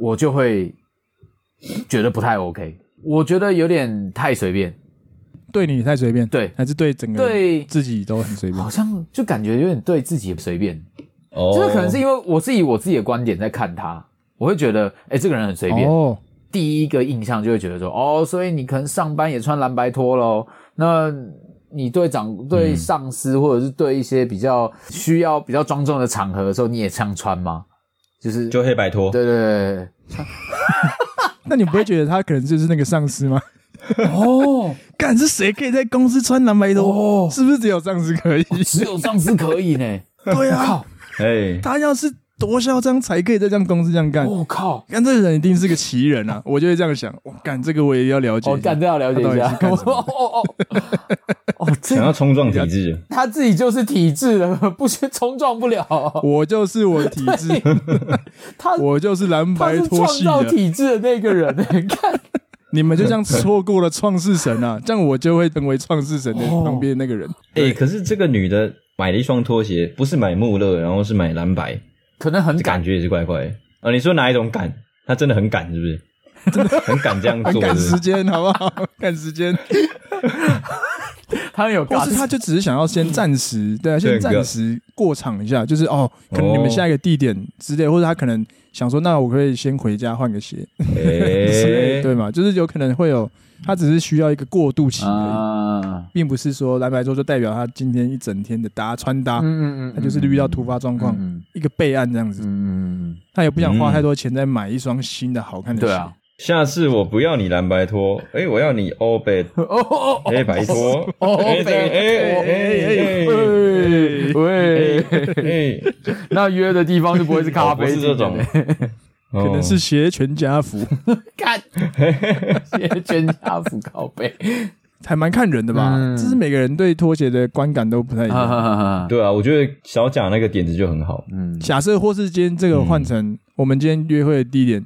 我就会觉得不太 OK，我觉得有点太随便， [laughs] 对你太随便，对还是对整个对自己都很随便好。像就感觉有点对自己随便，哦就是可能是因为我是以我自己的观点在看他，我会觉得，哎、这个人很随便，哦，第一个印象就会觉得说，哦，所以你可能上班也穿蓝白拖喽，那。你对长对上司，或者是对一些比较需要比较庄重的场合的时候，你也这样穿吗？就是就黑白拖。对对对对，那你不会觉得他可能就是那个上司吗？哦， [laughs] 干是谁可以在公司穿蓝白拖？是不是只有上司可以？只有上司可以呢。 [laughs] 对啊，哎，他要是多嚣张才可以在这样公司这样干。我、哦靠！干这个人一定是个奇人啊！ [laughs] 我就会这样想，我干这个我也要了解一哦，下。干这要了解一他下。到底是干什么 [laughs] 哦哦哦，哦，想这要冲撞体制，他自己就是体质了， [laughs] 不是冲撞不了。我就是我的体 [laughs] 质，他我就是蓝他白是拖创系造的。体质的那个人， [laughs] 看你们就这样错过了创世神 [laughs] 啊！这样我就会成为创世神的旁边那个人。哎，可是这个女的买了一双拖鞋，不是买穆勒，然后是买蓝白，可能很这敢感觉也是怪怪的。啊，你说哪一种敢？她真的很敢，是不是？ [laughs] 真的很敢这样做，很哎是赶不时是？间，好不好？ [laughs] 赶时间，他很有或尬是他就只是想要先暂时，对啊，先暂时过场一下，就是哦，可能你们下一个地点之类，或者他可能想说，那我可以先回家换个鞋之类，哎，对嘛？就是有可能会有，他只是需要一个过渡期而已。啊，并不是说蓝白桌就代表他今天一整天的搭穿搭，嗯他就是遇到突发状况，嗯一个备案这样子，嗯，他也不想花太多钱再买一双新的好看的鞋。对啊，，下次我不要你蓝白拖，哎，我要你欧贝 [laughs] 哦哦哦，黑白拖，哦哎这样哎哎哎喂喂，哎哎，那约的地方就不会是咖哦不啡，是这种，哦可可能哦是携全家福， [laughs] 看，谢全家福靠背。还蛮看人的吧？嗯这是每个人对拖鞋的观感都不太一样。啊，对啊，我觉得小贾那个点子就很好。嗯，假设或是今天这个换成我们今天约会的地点，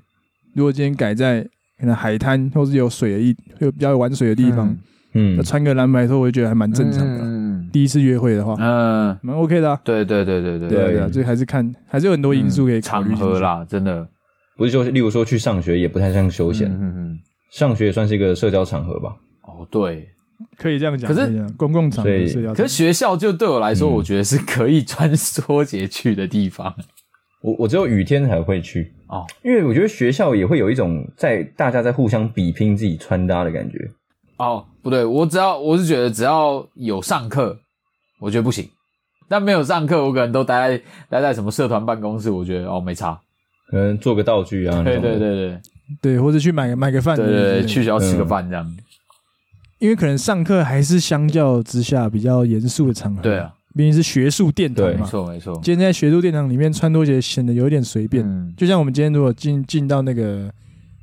如果今天改在可能海滩或是有水的一有比较有玩水的地方，嗯那，穿个蓝白拖，我就觉得还蛮正常的。嗯第一次约会的话，嗯，蛮 OK 的、啊。对对对对对嗯对啊，对啊，这还是看，还是有很多因素可以考场虑进去合。啦，真的，不是说，例如说去上学也不太像休闲，嗯嗯嗯，上学也算是一个社交场合吧。哦对，可以这样讲，可是以这样公共场合所以是要可是学校就对我来说，嗯我觉得是可以穿梭鞋去的地方。我我只有雨天才会去哦，因为我觉得学校也会有一种在大家在互相比拼自己穿搭的感觉。哦，不对，我只要我是觉得只要有上课，我觉得不行。但没有上课，我可能都待在待在什么社团办公室，我觉得哦没差。可能做个道具啊，对那对种的，对对，或者去买个买个饭对对之类的，对，去学校吃个嗯饭这样。因为可能上课还是相较之下比较严肃的场合，对，啊，毕竟是学术殿堂对没嘛。错没错。今天在学术殿堂里面穿拖鞋显得有点随便，嗯，就像我们今天如果进进到那个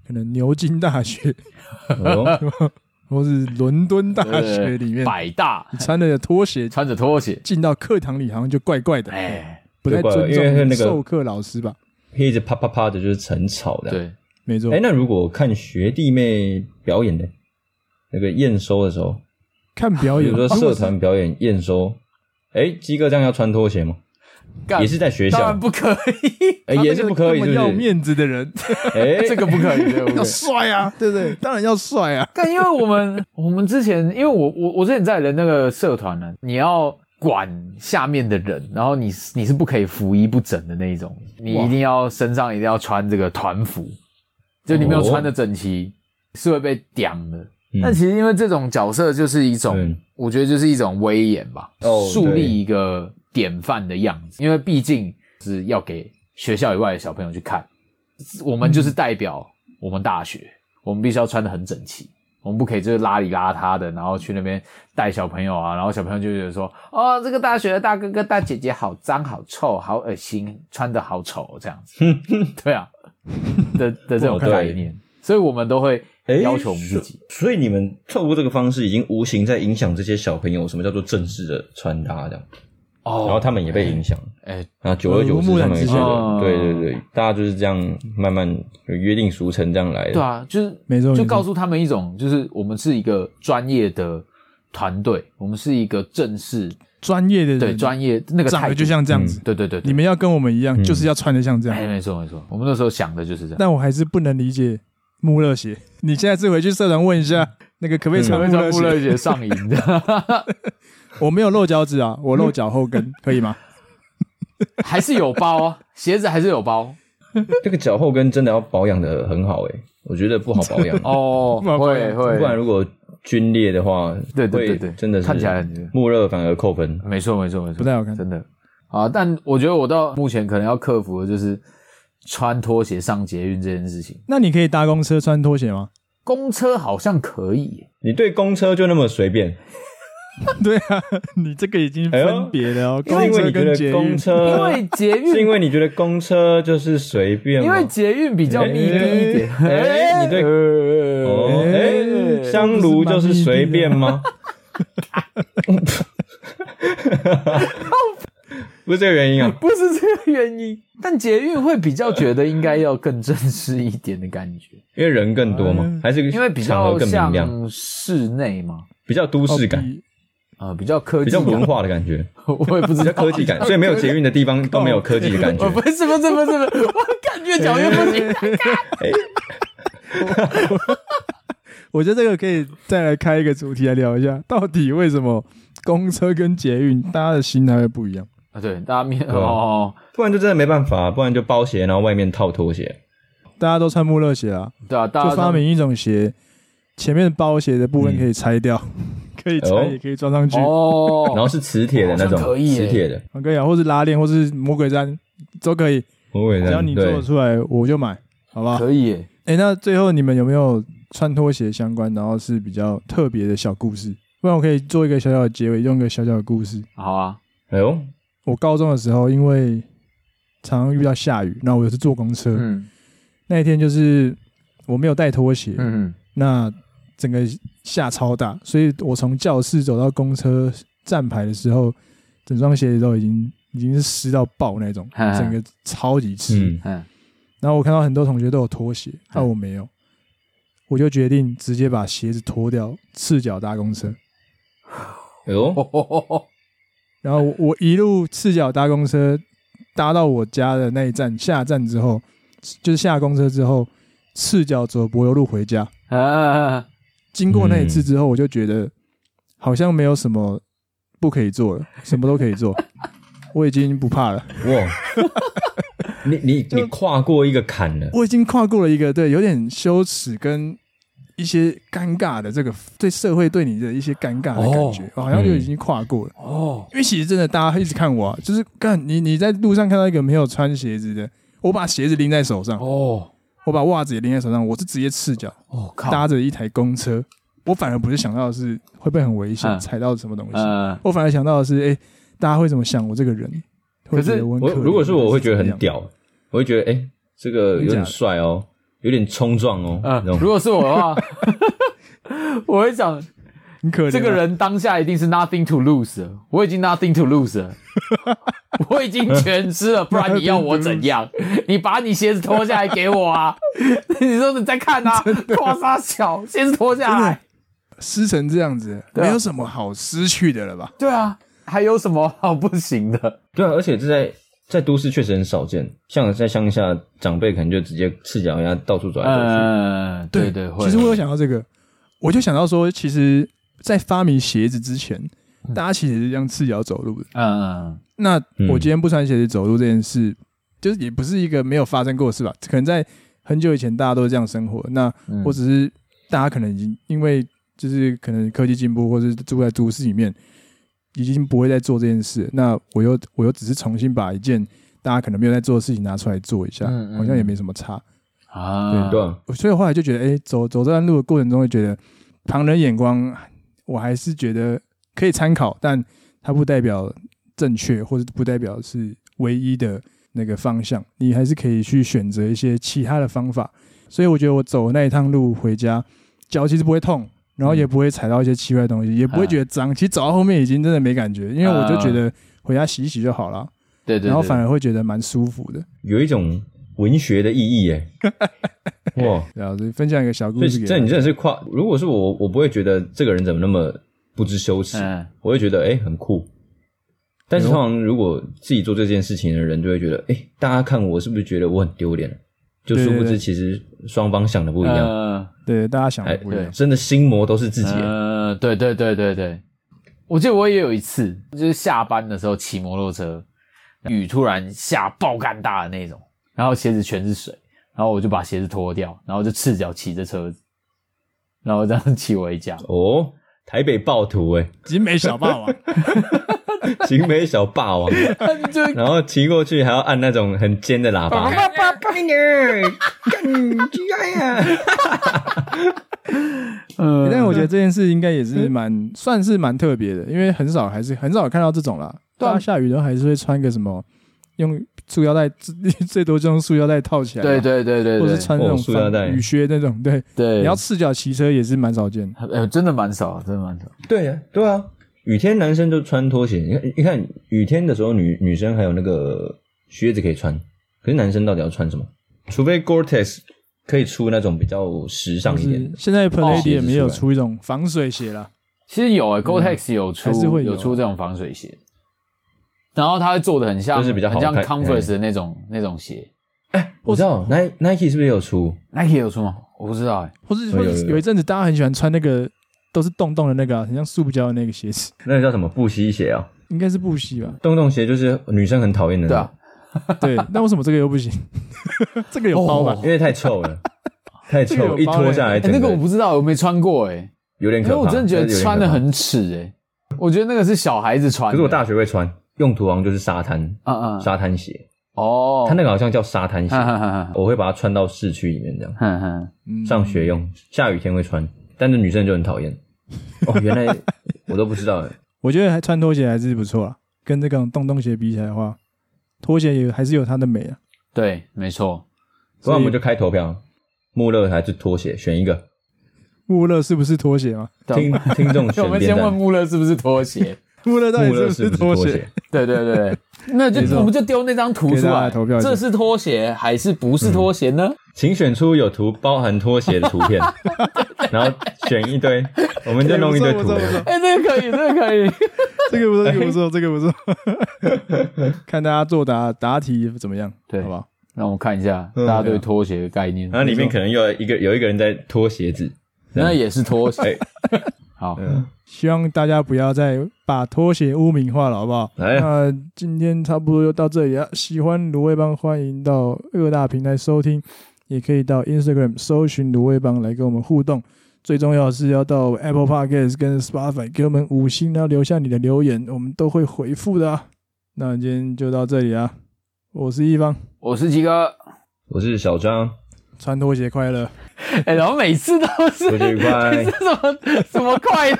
可能牛津大学 [laughs] 哦 [laughs] 或是伦敦大学对里面，百大你穿的拖鞋穿着拖鞋，进到课堂里好像就怪怪的，哎，不太怪怪尊的因为那重个授课老师吧？一直啪啪啪的，就是很吵的。，对，没错哎，，那如果看学弟妹表演的，那个验收的时候，看哦表比演，如说如社果是团表演验收，哎，鸡哥这样要穿拖鞋吗？干也是在学当校然，不可以，哎，他也那是个不可以，那是么不要是？面子的人哎， [laughs] 这个不可以，这个不可要以。帅 [laughs] 啊，对不对？当然要帅啊。但因为我们 [laughs] 我们之前，因为我我我之前在的那个社团呢，你要管下面的人，然后你你是不可以服衣不整的那一种，你哇一定要身上一定要穿这个团服，就你没有哦穿的整齐、是会被屌的。嗯但其实因为这种角色就是一种，嗯我觉得就是一种威严吧，哦树对立一个典范的样子。因为毕竟是要给学校以外的小朋友去看，我们就是代表我们大学，我们必须要穿的很整齐，我们不可以就是邋里邋遢的，然后去那边带小朋友啊，然后小朋友就觉得说，哦，这个大学的大哥哥大姐姐好脏好臭好恶心，穿的好丑这样 [laughs] 子，对啊的的这种哦对概念，所以我们都会诶要求我们自己。哎所以你们透过这个方式，已经无形在影响这些小朋友什么叫做正式的穿搭这样，然后哦，他们也被影响，哎，然后久而耳濡久之，目他染们也之觉下得，对对对哦，大家就是这样慢慢有约定俗成这样来的。对啊，就是没错没就错告诉他们一种，就是我们是一个专业的团队，我们是一个正式专业的人，对专业那个长态得度，就像这嗯样子，对对对你对，们要跟我们一样，就是要穿的像这样。哎，没错没错，我们那时候想的就是这样。但我还是不能理解穆勒鞋。 [laughs] 你现在是回去社团问一下，那个可不可以穿我们嗯穆穿布勒鞋？乐姐上瘾的， [laughs] 我没有露脚趾 [laughs] 啊，我露脚后跟，可以 [laughs] 吗？还是有包啊，鞋子还是有包，这个脚后跟真的要保养的很好诶、哎我觉得不好保养 [laughs] 哦，不然会不然会，如果皲裂的话，对对对对会真的是看起来很穆勒反而扣分。没错没错没错，不太好看真的啊。但我觉得我到目前可能要克服的就是穿拖鞋上捷运这件事情，那你可以搭公车穿拖鞋吗？公车好像可以耶，你对公车就那么随便，对啊， [laughs] 你这个已经哎呦分别了哦，是公因为车你觉跟捷得公运。车，因为捷 [laughs] 是因运。为你觉得公车就是随便吗，因为捷运比较密闭一点，哎哎你对哦，对哎，香炉就是随便 [laughs] 吗？不是这个原因啊，不是这个原因，但捷运会比较觉得应该要更正式一点的感觉，因为人更多嘛，还是哎因为比场较合更明亮，像室内嘛，比较都市感，比啊、比较科技比较文，化的感觉，我也不知道比较科技 [laughs] 感，所以没有捷运的地方都没有科技的感觉哦，。不是不是不是不是，我感觉讲越不行。哎，我觉得这个可以再来开一个主题来聊一下，到底为什么公车跟捷运大家的心态会不一样？啊，对，大家面啊哦，不然就真的没办法，不然就包鞋，然后外面套拖鞋。大家都穿穆勒鞋啊，对啊，大家就发明一种鞋，前面包鞋的部分嗯可以拆掉， [laughs] 可以拆哎呦也可以装上去，哦，然后是磁铁的那种好像可，以耶磁铁的，可以啊，或是拉链，或是魔鬼毡都可以，魔鬼只要你毡，做得对，出来，我就买，好不好？可以耶，哎、那最后你们有没有穿拖鞋相关，然后是比较特别的小故事？不然我可以做一个小小的结尾，用一个小小的故事。好啊，哎呦，我高中的时候，因为常常遇到下雨，那我有时坐公车，嗯那一天就是我没有带拖鞋，嗯那整个下超大，所以我从教室走到公车站牌的时候，整双鞋子都已经已经是湿到爆那种，嗯整个超级湿。嗯，嗯，然后我看到很多同学都有拖鞋，那、嗯我没有，我就决定直接把鞋子脱掉，赤脚搭公车。哎呦，哦，然后我我一路赤脚搭公车，搭到我家的那一站下站之后，就是下公车之后，赤脚走柏油路回家。啊，经过那一嗯次之后，我就觉得好像没有什么不可以做了， [laughs] 什么都可以做，我已经不怕了，哇， [laughs] 你你你跨过一个坎了，我已经跨过了一个对有点羞耻跟一些尴尬的这个对社会对你的一些尴尬的感觉，我好像就已经跨过了。哦，因为其实真的大家一直看我、啊，就是看你你在路上看到一个没有穿鞋子的，我把鞋子拎在手上，哦，我把袜子也拎在手上，我是直接赤脚哦，靠，搭着一台公车，我反而不是想到的是会不会很危嗯险，踩到什么东西。嗯，我反而想到的是，哎、大家会怎么想我这个人？可会是觉得我很我可怜如果是我会觉得还是怎很么样屌，我会觉得哎、诶这个有点帅哦，有点冲撞哦，嗯那，如种果是我的 [laughs] 话，我会想很可怜啊、这个人当下一定是 nothing to lose，了我已经 nothing to lose，了 [laughs] 我已经全吃了，不然你要我怎样？你把你鞋子脱下来给我 [laughs] 啊！你说你在看啊，跨沙小，鞋子脱下来，撕成这样子，对啊没有什么好失去的了吧？对啊，还有什么好不行的？对啊，而且这在在都市确实很少见，像在乡下长辈可能就直接赤脚丫到处走来走去，嗯，对对，会其实我有想到这个，我就想到说，其实，在发明鞋子之前，大家其实是这样赤脚走路的。嗯，嗯那嗯我今天不穿鞋子走路这件事，就是也不是一个没有发生过的事吧？可能在很久以前大家都是这样生活。那嗯，我只是大家可能已经因为就是可能科技进步，或是住在都市里面，已经不会再做这件事。那我又我又只是重新把一件大家可能没有在做的事情拿出来做一下，嗯嗯好像也没什么差。啊，对啊，所以我后来就觉得，哎、走走这段路的过程中，会觉得旁人眼光，我还是觉得可以参考，但它不代表正确，或者不代表是唯一的那个方向。你还是可以去选择一些其他的方法。所以我觉得我走那一趟路回家，脚其实不会痛，然嗯后也不会踩到一些奇怪的东西，也不会觉得脏。其实走到后面已经真的没感觉，因为我啊就觉得回家洗一洗就好了，对对对，然后反而会觉得蛮舒服的。有一种文学的意义哎，哇！然啊后所以分享一个小故所事以给这大你家真的是跨，如果是我，我不会觉得这个人怎么那么不知羞耻，嗯我会觉得哎、诶很酷。但是通常如果自己做这件事情的人，就会觉得哎、诶大家看我是不是觉得我很丢脸？就殊对对不对嗯知其实双方想的不一样，呃对嗯大家想哎的不一样。真的心魔都是自己的。呃，对对对对对，我记得我也有一次，就是下班的时候骑摩托车，雨突然下爆干大的那种，然后鞋子全是水，然后我就把鞋子脱掉，然后就赤脚骑着车子，然后这样骑回 [laughs] 家。哦，台北暴徒哎、集美小霸啊 [laughs] 王，欸，景美小 [laughs] 霸王，就 [laughs] 然后骑过去还要按那种很尖的喇叭，爸爸干你儿，干鸡巴呀！嗯，但我觉得这件事应该也是蛮算是蛮特别的，因为很少还是很少看到这种啦。对啊大家下雨都还是会穿个什么，用塑料袋，最最多就用塑料袋套起来嘛，啊对对对对或者对是穿那种哦塑料袋防雨靴那种。对，对，你要赤脚骑车也是蛮少见的。呃，真的蛮少，真的蛮少。对啊，对啊，雨天男生就穿拖鞋。你看，你看雨天的时候女，女生还有那个靴子可以穿，可是男生到底要穿什么？除非 Gore-Tex 可以出那种比较时尚一点是的，现在 p a l a d i 鞋 u 子 m 也有出来出一种防水鞋啦，其实嗯有诶、g o t e x 有出还是会有有啊出这种防水鞋，然后它会做的很像，就是比较好很像看哎 Converse 的那种那种鞋。我知道 Ni- Nike 是不是也有出？ Nike 有出吗？我不知道诶、欸或是哦有或有是有有一阵子大家很喜欢穿那个都是洞洞的那个啊，很像塑胶的那个鞋子，那个叫什么布鞋鞋啊？应该是布鞋吧？洞洞鞋就是女生很讨厌的，对啊，， [laughs] 对，那为什么这个又不行？ [laughs] 这个有包吧哦？因为太臭 [laughs] 了，太这个臭，有一包脱欸下来欸整那个我不知道，我没穿过诶、有点因可为怕。我真的觉但得是有点穿的可怕，很耻诶、我觉得那个是小孩子穿的。可是我大学会穿，用途好像就是沙滩啊啊沙滩鞋，哦，它那个好像叫沙滩鞋哈，哈哈哈我会把它穿到市区里面这样。哈哈嗯上学用，下雨天会穿，但是女生就很讨厌。哦，原来我都不知道欸，我觉得还穿拖鞋还是不错啦，跟这种洞洞鞋比起来的话，拖鞋也还是有它的美啊。 [laughs] 对，没错，不然我们就开投票，穆勒还是拖鞋，选一个。穆勒是不是拖 [laughs] 鞋吗？对听听 [laughs] 众我选们边先问站，穆勒是不是拖 [laughs] 鞋？穆勒到底穆是勒不是是不是拖拖鞋鞋？？对对对，那就没错我们就丢那张图给出大家来投票，一下这是拖鞋还是不是拖鞋呢？请选出有图包含拖鞋的图片，然后选一堆，我们就弄一堆 [laughs] 不图啊错不错不错流。哎，这个 [laughs] 可以，这个可以。这个不错，这个不错，这个不错。 [laughs] 看大家作答答题怎么样？对好不好？那我们看一下大家对拖鞋的概念，然后里面可能又有一个有一个人在脱鞋子，那也是拖鞋。哎，嗯好，希望大家不要再把拖鞋污名化了，好不好？来那今天差不多就到这里了。喜欢卤味帮，欢迎到各大平台收听，也可以到 Instagram 搜寻卤味帮来跟我们互动。最重要的是要到 Apple Podcast 跟 Spotify 给我们五星，然后留下你的留言，我们都会回复的、啊。那今天就到这里啊，我是一方，我是吉哥。我是小张，穿拖鞋快乐。哎，然后每次都是拖鞋愉快 [laughs] 是什么什么快乐，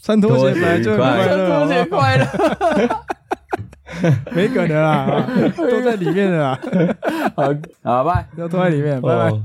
穿拖鞋本来就很拖鞋愉快快乐，好拖不鞋好快乐。没可能啦，啊都在里面的啦，好，好，拜。都在里面，拜拜。哦